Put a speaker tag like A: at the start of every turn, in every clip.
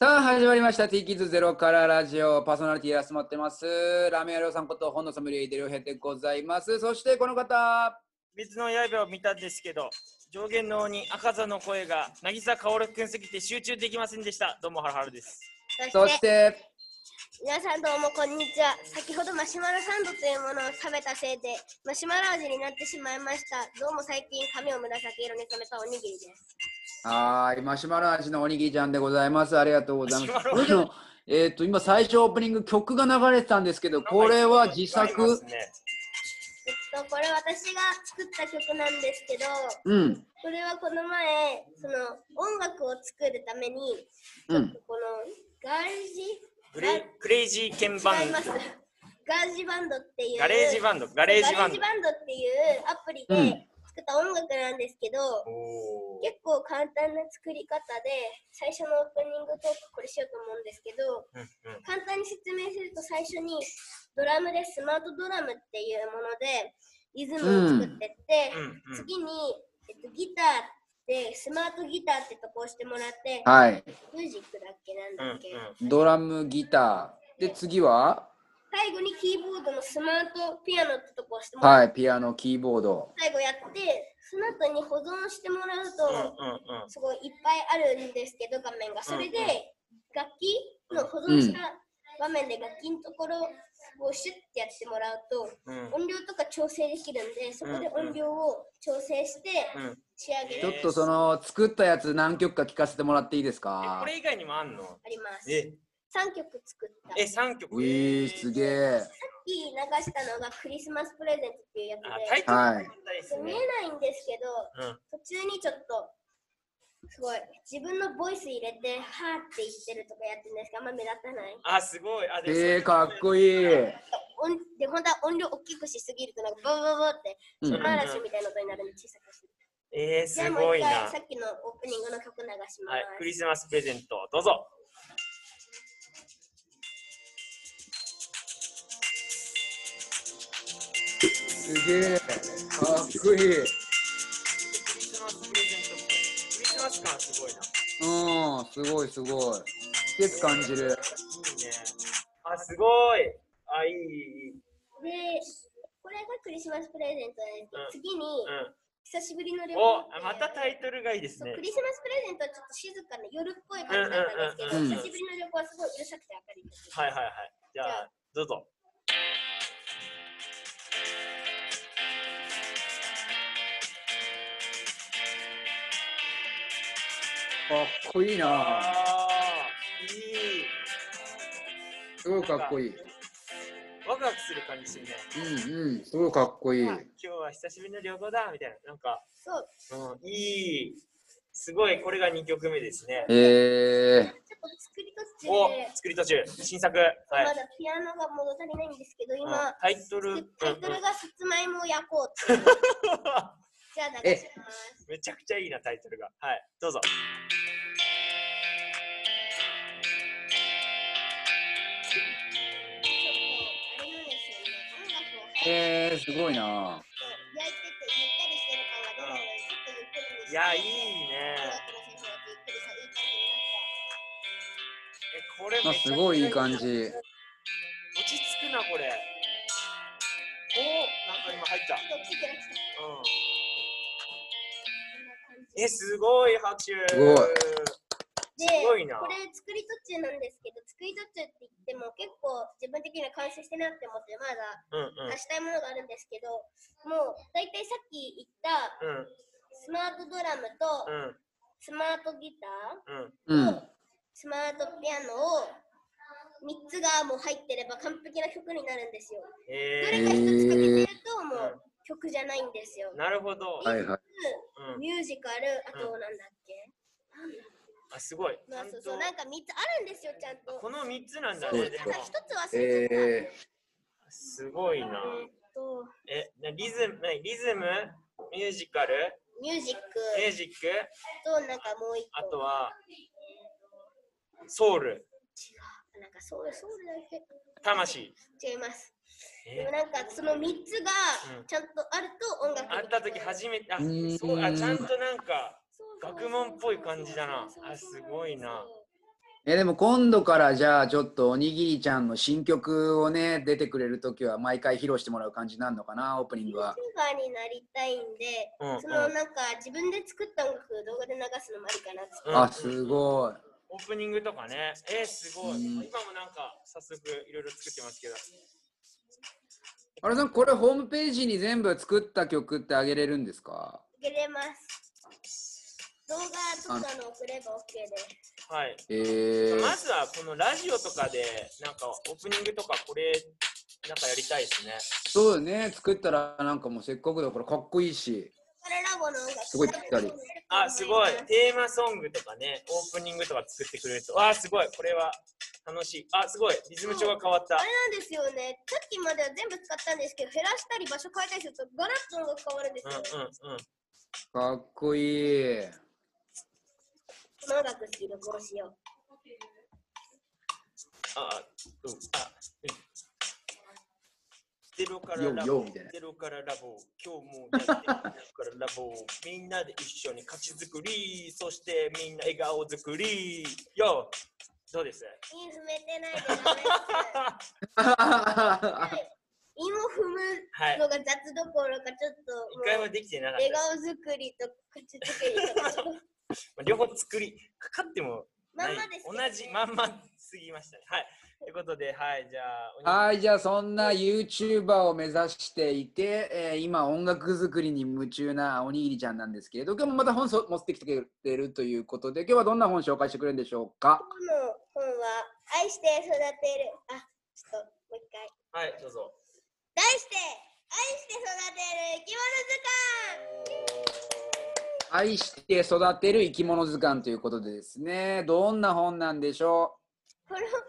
A: さあ始まりました T キッズゼロからラジオパーソナリティ休まってますラーメン屋りょうさんこと本のソムリエ井出良平でございますそしてこの方
B: 別の刃を見たんですけど、上限の鬼赤座の声が渚薫くんすぎて集中できませんでした。どうもハラハラです。
A: そして
C: 皆さんどうもこんにちは先ほどマシュマロサンドというものを食べたせいでマシュマロ味になってしまいましたどうも最近髪を紫色に染めたおにぎりです
A: はーいマシュマロ味のおにぎりちゃんでございますありがとうございま
B: マ
A: す
B: シュマロ味
A: この えっと今最初オープニング曲が流れてたんですけどこれは自
B: あります
A: 作
B: ね
C: えっとこれ私が作った曲なんですけど
A: うん
C: これはこの前その音楽を作るために
A: うん
C: このガージ
B: クレイクレイジーケンバン
C: 違いますガージバンドっていう
B: ガレージバンド、ガレージバンド。
C: っていうアプリで作った音楽なんですけど、
B: おー
C: 結構簡単な作り方で最初のオープニングトークこれしようと思うんですけど
B: うんうん
C: 簡単に説明すると最初にドラムでスマートドラムっていうものでリズムを作ってって、
B: うんうん
C: 次に、えっと、ギターでスマートギターってとこ押してもらって
A: はい
C: ミュージックだっけ
B: うん
C: な
B: うん
C: だっけ、
B: ん
A: ドラムギターで次は
C: 最後にキーボードのスマートピアノってとこ押してもらって、
A: はいピアノキーボード
C: 最後やってその後に保存してもらうと、
B: うんうんうん
C: すごいいっぱいあるんですけど画面がそれで
B: うんうん
C: 楽器の保存した場面で楽器のところをシュッてやってもらうと
B: うん
C: 音量とか調整できるんでそこで
B: うんうん
C: 音量を調整して
B: うん
C: 仕上げ
A: ちょ
C: る
A: っとその作ったやつ何曲か聞かせてもらっていいです
B: え
A: か
B: これ以外にもあんの
C: あります
B: え、
C: 3曲作った
B: え、
C: さっ
B: 三曲。
A: うえー、すげえ。
C: き流したのがクリスマスプレゼントっていうやつ
B: あ、タイ
C: で
B: トルが問題です
C: 見
B: ね
C: え。ないんですけど
B: うん
C: 途中にちょっとすごい自分のボイス入れてはーって言ってるとかやってるんですがあんま目立たない
B: あ、すごい。あ、でも
A: えー、かっこいい。
C: 音で本当は音量大きくしすぎるとなんかボーボーボーって
A: うん
C: 島嵐みたいな音になるんで小さくして、
B: えー、
C: じ
B: す
C: ゃあ
B: ご
C: もう一
B: いな。は
C: 回さっきのオープニングの曲流します、
B: い、クリスマスプレゼント、どうぞ。
A: すげえ。かっこいい。うん、
B: クリスマスプレゼントってクリスマス感すごいな。
A: すごいすごい。季節感じる。
B: いいね。あ、すごい。あ、いい、いい。
C: でこれがクリスマスプレゼント
B: うん
C: です、次に
B: う
C: 久しぶりの旅
B: ん。お
C: 行、
B: あまたタイトルがいいです
C: そう
B: ね
C: ク。リスマスプレゼントはちょっと静かな夜っぽい感じだったんですけど、
A: うんうんうんうん
C: 久しぶりの旅行はすごいうるさくて明るいです、
B: はいはいはい。じゃ
C: じゃ
B: あ、どうぞ。
A: かっこいいな。
B: あーいい。
A: すごいかっこいい。
B: ワクワクする感じするね。
A: うんうん、すごいかっこいい。
B: あ今日は久しぶりの旅行だ、みたいな。なんか、
C: そう
B: うん、いい。すごい、これが2曲目ですね。
A: え
C: ちょっと作り途
B: お
C: 中で、
B: 作り途中、新作。はい。
C: まだピアノが物足りないんですけど
B: うん
C: 今、
B: タイトル、うんうん
C: タイトルがさつまいもを焼こうっ てじゃあ流します
B: めちゃくちゃいいな、タイトルが。はい、どうぞ。
C: ちょっとあれなんですよね。音楽を入って焼いてて、
A: ー、
C: ゆ
A: えー、すごいな。
C: ったりしてる感が出ないので、ちょっとゆっくりにして。
B: いや、いいね。
C: 音楽の
A: あ、
B: え、これめちゃく
C: 先生がゆっくりさ、いい感じに
B: ちゃ
A: すごいいい感じ。
B: 落ち着くな、これ。おお、なんか今入った。
C: なった。ちょっと大きくなってきた。
B: うん。
C: こんな感じ
B: え、すごい拍手。す
A: ごい
C: です
B: ごいな
C: これ作り途中なんですけど、作り途中って言っても結構自分的には完成してなって思って、まだ
B: うんうん。
C: 足したいものがあるんですけど、もう大体さっき言った
B: うん
C: スマートドラム
B: う
C: と
B: ん
C: スマートギター、
B: うん。
A: うん。
C: スマートピアノを3つがもう入ってれば完璧な曲になるんですよ。ど
B: え
C: れか1つ欠けてるとも
B: うん
C: う曲じゃないんですよ
B: ー、。なるほど。
A: はいはい。
B: うん。
C: ミュージカル、あとなんだっけ、
B: あ、すごい。
C: ま
B: ちゃ
C: あ
B: ん
C: そう
B: と
C: そう、なんか3つあるんですよ、ちゃんと。
B: この三つなんだ
C: そう
B: ね。
C: た
B: で
C: だ
B: も
C: 1つ忘れちゃった。
A: え
B: すごいな。
C: えーっと
B: え、なリズム、なにリズム、ミュージカル、
C: ミュージック
B: ミュージック、
C: となんかもう一
B: あ
C: 個
B: とはソウル、
C: なんかそうそうだっけ
B: 魂。
C: 違いますで
B: え
C: もなんかその3つが
B: うん
C: ちゃんとあると音楽
B: 会った時初めて、あ、
A: うーん
B: そう、あ、ちゃんとなんか。
C: そうそうそうそう
B: 学問っぽい感じだなあすごいな
C: そう
A: えでも今度からじゃあちょっとおにぎりちゃんの新曲をね出てくれる時は毎回披露してもらう感じになるのかなオープニングは
C: YouTuber になりたいんで、
B: うんうん
C: そのなんか自分で作った音楽を動画で流すのもありかなって。
B: うん
A: あすごい
B: オープニングとかね。えー、すごい。
A: うん
B: 今もなんか早速いろいろ作ってますけど。
A: あれさんこれホームページに全部作った曲ってあげれるんですか
C: 送れます。動画とかの送れば OK です。
B: はい。
A: えー、
B: まずはこのラジオとかでなんかオープニングとかこれなんかやりたいですね。
A: そうよね作ったらなんかもうせっかくだからかっこいいし
C: これラボの音楽
A: すごいぴったり
B: あ、すごい。テーマソングとかね、オープニングとか作ってくれると。わあ、すごい。これは楽しい。あ、すごい。リズム調が変わった
C: あれ。なんですよね。さっきまでは全部使ったんですけど、減らしたり場所変えたりするとガラッと音楽変わるんです
B: うん
C: よ。
B: うんうん。
A: かっこいい
C: この音楽好きのこうしよう。
B: あ、うん。あ、うん。ゼロから
A: よう
B: ラ
A: よう
B: ボ
A: みたいな、
B: ゼロからラボ、今日もやってるゼロからラボ、みんなで一緒に勝ち作り、そしてみんな笑顔作り。よどうです
C: 韻踏めてないでダメです。
B: は
C: 韻を踏
B: い
C: むのが雑どころか、ちょっと
B: 一回
C: も
B: も
C: う
B: できてなかった
C: 笑
B: です。
C: 顔作りと口作りとかちょっと、
B: まあ両方作りかかっても
C: ま
B: なんい
C: まですけどね、
B: 同じまんますぎましたね。はい。ということで、はい、じゃあ、おにぎり
A: はいじゃあそんな YouTuber を目指していて、えー今音楽作りに夢中なおにぎりちゃんなんですけれど今日もまた本そ持ってきてくれてるということで今日はどんな本紹介してくれるんでしょうか
C: 今日の本は、愛して育てる。あ、ちょっと、もう一回。
B: はい、どうぞ。
C: 題して、愛して育てる生き物
A: 愛して育てる生き物図鑑ということでですねどんな本なんでしょ
C: 図鑑。この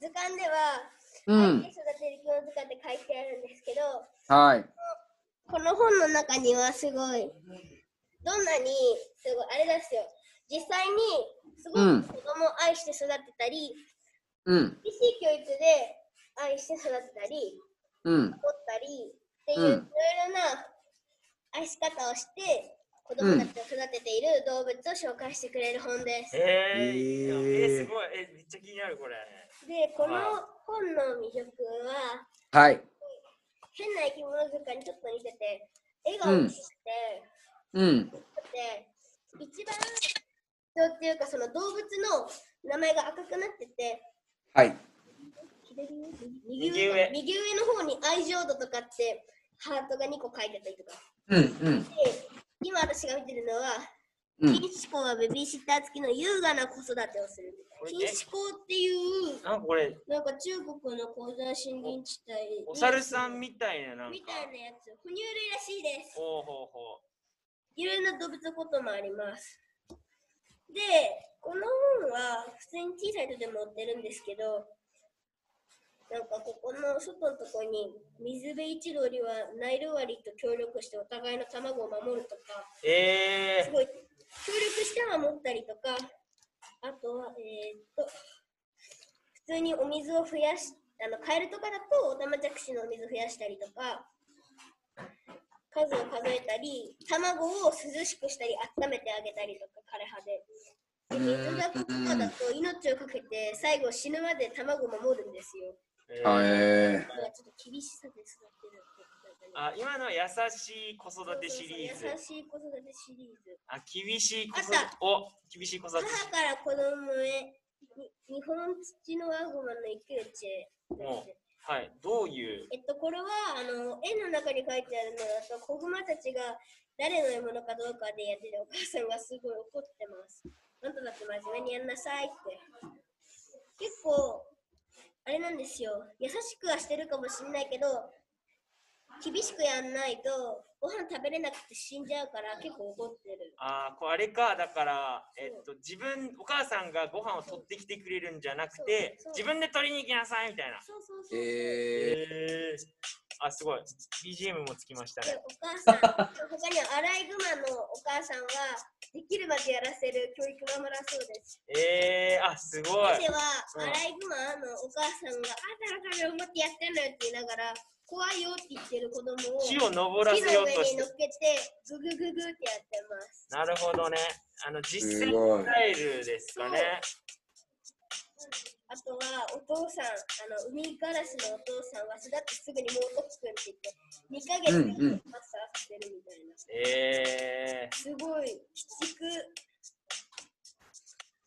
C: 図鑑では、
A: うう
C: 愛し
A: ん
C: て育てる生き物図鑑って書いてあるんですけど、
A: はい
C: この本の中にはすごい、どんなに、すごい、あれですよ。実際に、すご
A: うん
C: く子供を愛して育てたり、
A: うん
C: 厳しい教育で愛して育てたり、
A: うん
C: 持ったりっていう
A: うん
C: いろいろな愛し方をして子供たちを育てている動物を紹介してくれる本です。
B: えー、
A: えー
B: えー、すごい。えー、めっちゃ気になる、これ。
C: でこの
B: はい
C: 本の魅力は
A: はい
C: 変な生き物図鑑にちょっと似てて笑顔にして
A: うん
C: で一番人っていうかその動物の名前が赤くなってて
A: はい
C: 左上
B: 右
C: 右
B: 上
C: 上右上の方に愛情度とかってハートが2個書いてたりとか。
A: うんうん
C: で今私が見てるのは
A: うん
C: 禁止校はベビーシッター付きの優雅な子育てをする
B: これ。
C: 禁止校っていう、
B: なんかこれ、
C: なんか中国の鉱山森林地帯に
B: お猿さんみたいな、なんか
C: み。たいなやつ、哺乳類らしいです。
B: ほうほうほ
C: いろんな動物のこともあります。で、この本は普通に小さいとでも売ってるんですけど、なんかここの外のとこに水辺一鳥はナイルワリと協力してお互いの卵を守るとか、
B: う。え
C: すごい協力して守ったりとかあとはえー、っと普通にお水を増やしあのカエルとかだとオタマジャクシのお水を増やしたりとか数を数えたり卵を涼しくしたり温めてあげたりとか枯葉で。で水だことかだと命をかけて最後死ぬまで卵を守るんですよ。
B: ー、えー
A: はい
C: だからちょっと厳しさで育てるってこと
B: あ
C: だね
B: 今のは優しい子育てシリーズ
C: そう。そう優しい子育てシリーズ。
B: あ、厳しい子育て
C: あっ。
B: お、厳しい子育て。
C: 母から子供へに日本土のワゴマの池内へ
B: もう、はい。どういう。
C: えっとこれはあの絵の中に書いてあるのだと子熊たちが誰の獲物かどうかでやってるお母さんがすごい怒ってますあんただって真面目にやんなさいって結構あれなんですよ優しくはしてるかもしんないけど厳しくやんないとご飯食べれなくて死んじゃうから結構怒ってる
B: あーこうあれか、だから、えっと、自分、お母さんがご飯を取ってきてくれるんじゃなくて
C: そうそう、
B: 自分で取りに行きなさいみたいな。
C: そうそうそうそう
A: え
B: えー、あ、すごい。BGM もつきました
C: で
B: ね。
C: お母さん、他にはアライグマのお母さんはできるまでやらせる教育を守らそうです。
B: えー、あ、すごい。
C: 先生は
B: うん
C: アライグマのお母さんがあんたのためを持ってやってんのよって言いながら怖いよって言ってる子供を
B: 木
C: 木
B: を登らせよ
C: の
B: う
C: 上
B: とし
C: に
B: て
C: 乗。っけてググググってやってます。
B: なるほどね。あの、実践
A: すごい
B: スタイルですかね。
C: あとはお父さん、あの海ガラスのお父さんは育ってすぐに猛特訓って言って、2ヶ月
A: うんうん
C: でマスターしてるみたいな。
B: え
C: すごい、鬼畜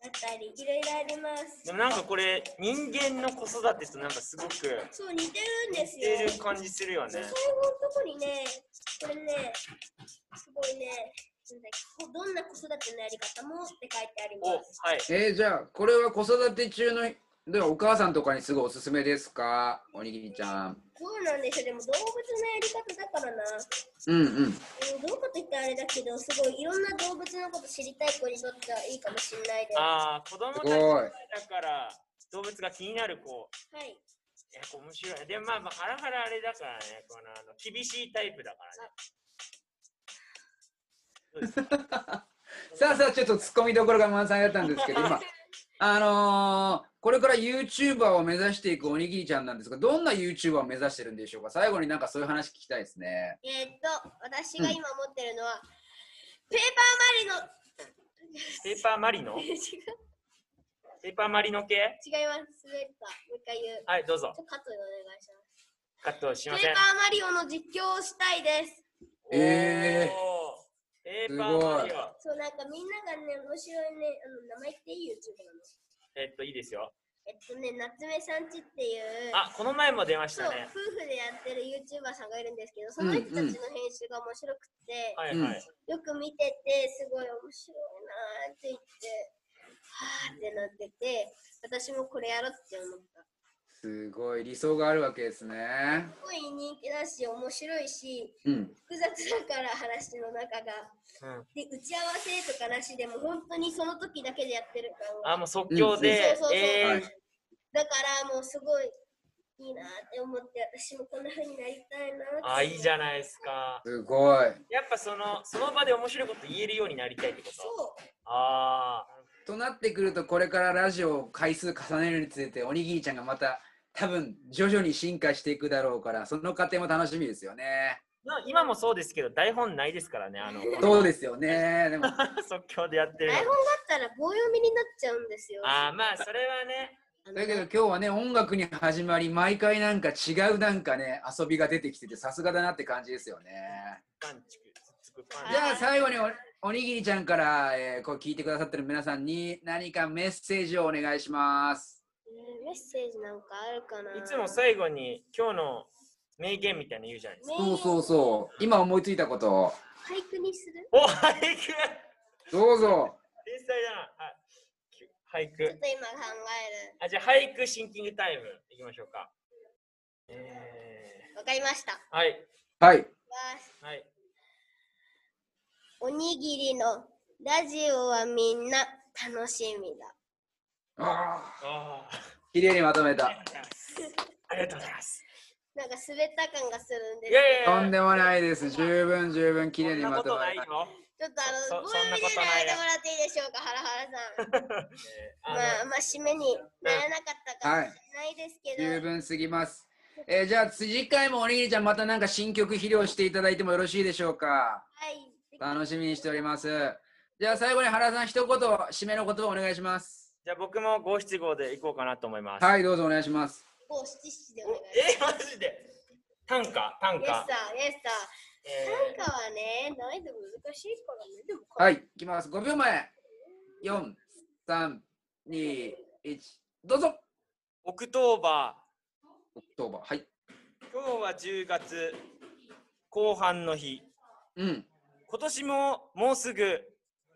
C: だったり、いろいろあります
B: ー、で。もなんかこれ人間の子育てとなんかすごく
C: そう、似てるん
B: 似
C: ですよ。
B: てる感じするよね
C: 最後のとこにね、これね、すごいね、なんだっけこうどんな子育てのやり方もって書いてあり
B: おは
C: ます。
B: い
A: えー、じゃあこれは子育て中のではお母さんとかにすごいおすすめですかおにぎりちゃん
C: どうなんでしょう、でも動物のやり方だからな。
A: うんうん
C: うんどうかと言ったらあれだけど、すごいいろんな動物のこと知りたい子にとってはいいかもしれないです。は
B: あー子供
A: す
B: たち
A: ごい
B: だから動物が気になる子
C: い。
B: えこう面白いでもまあまあハラハラあれだからねこのあの厳しいタイプだからねそうです
A: さあさあちょっとツッコミどころが満載だったんですけど今あのー、これから YouTuber を目指していくおにぎりちゃんなんですがどんな YouTuber を目指してるんでしょうか最後になんかそういう話聞きたいですね
C: えーっと、私が今持ってるのは、ペーパーマ
B: ペーパーマリノ
C: リの、違う、違
B: ペーパーマリノ系
C: います。スウェッパー。もう一回言う。
B: はいどうぞ
C: ちょっとカットでお願いします。
B: カットし
C: ペ
B: ません
C: ーパーマリオの実況をしたいです。
A: え
B: おーペーパーマリ
A: す
B: オ
C: そう、なんかみんながね、面白いね、あの名前言っていい YouTube なの。
B: えっといいですよ
C: えっとね、夏目さんちっていう、
B: あこの前も出ました
C: そう、
B: ね
C: 夫婦でやってる YouTuber さんがいるんですけど、その人たちの編集が面白くて、
B: はいはい、
C: よく見てて、すごい面白いなーって言って、はーってなってて、私もこれやろうって思った。
A: すごい理想があるわけですね
C: すごい人気だし、面白いし、
A: うん
C: 複雑だから話の中が。
B: うん、
C: で、打ち合わせとかなしでも、本当にその時だけでやってる感
B: あもう即興で、
C: うんそうそうそう
B: えー
A: はい
C: だから、もうすごいいいなーって思って、私もこんな風になりたいなーって。
B: あいいじゃないですか
A: すごい
B: やっぱそのその場で面白いこと言えるようになりたいってこと
C: そう。
B: ああ
A: となってくるとこれからラジオを回数重ねるにつれておにぎりちゃんがまた多分徐々に進化していくだろうからその過程も楽しみですよね。
B: な今もそうですけど台本ないですからねあの
A: そうですよね。でも
B: 即興でやってる
C: 台本だったら棒読みになっちゃうんですよ。
B: ああまあそれはね
C: あの
A: だけど今日はね音楽に始まり毎回なんか違うなんかね遊びが出てきててさすがだなって感じですよね。
B: パンチクつくパン
C: はい
A: じゃあ最後におおにぎりちゃんから、えーこう聞いてくださってる皆さんに何かメッセージをお願いします。
C: えーメッセージなんかあるかな。
B: いつも最後に今日の名言みたいなの言うじゃないですか
A: そうそうそう今思いついたことを
C: 俳句にする。
B: お俳句 天才
A: どうぞ。
B: だなあき俳
C: ちょっ
B: 句
C: と今考え
B: あじゃあ俳句シンキングタイムいきましょうかえ
C: る。わかりました。わ
B: ー、はい
A: はい。
C: ーし
B: はい
C: おにぎりのラジオはみんな楽しみだ。
A: ああ
B: あー
A: 綺麗にまとめた。
B: ありがとうございますありがとうございます
C: なんか滑った感がするんです
B: いやいや
C: け
A: とんでもないです。十分十分綺麗に
B: そん
A: ま
B: なことと
A: ま
B: ない
A: れ
B: よ
A: た。、
C: ど、ちょっとあ
B: そ
C: の棒
B: そん
C: 読
B: な
C: み
B: こと
C: で
B: ない
C: やめてもらっていいでしょうか、原
B: え ーあの
C: 原さん。まあ、まあ、締めにならなかったかもしれないですけど。
A: 十分すぎます。えーじゃあ次回もおにぎりちゃんまたなんか新曲披露していただいてもよろしいでしょうか。
C: はい。
A: 楽しみにしております。じゃあ最後に原さん一言締めの言葉お願いします。
B: じゃあ僕も五七五でいこうかなと思います。い、
A: はいどうぞお願いします。
C: 五七七でお
B: お
C: 願いし
B: えー、マジで短歌短
C: ます。イエスさ
B: 歌。
C: ん、イエスさん。短
B: え
C: 歌はね、難易度難しいからね。でもか、
A: はいいきます。5秒前。4、3、2、1。どうぞ。
B: ー、オクトーバ
A: オクトーバー。はい。
B: ー。今日は10月後半の日。
A: うん。
B: 今年ももうすぐ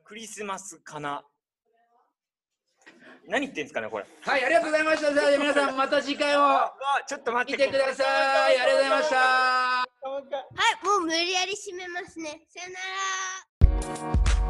B: クリスマスかな。何言ってんですかねこれ。
A: はいありがとうございました。じゃあ皆さんまた次回を
B: あちょっと待
A: 見
B: っ
A: て
B: て。
A: ください。ありがとうございました。
B: もう一回
C: はい、もう無理やり締めますね。さよなら。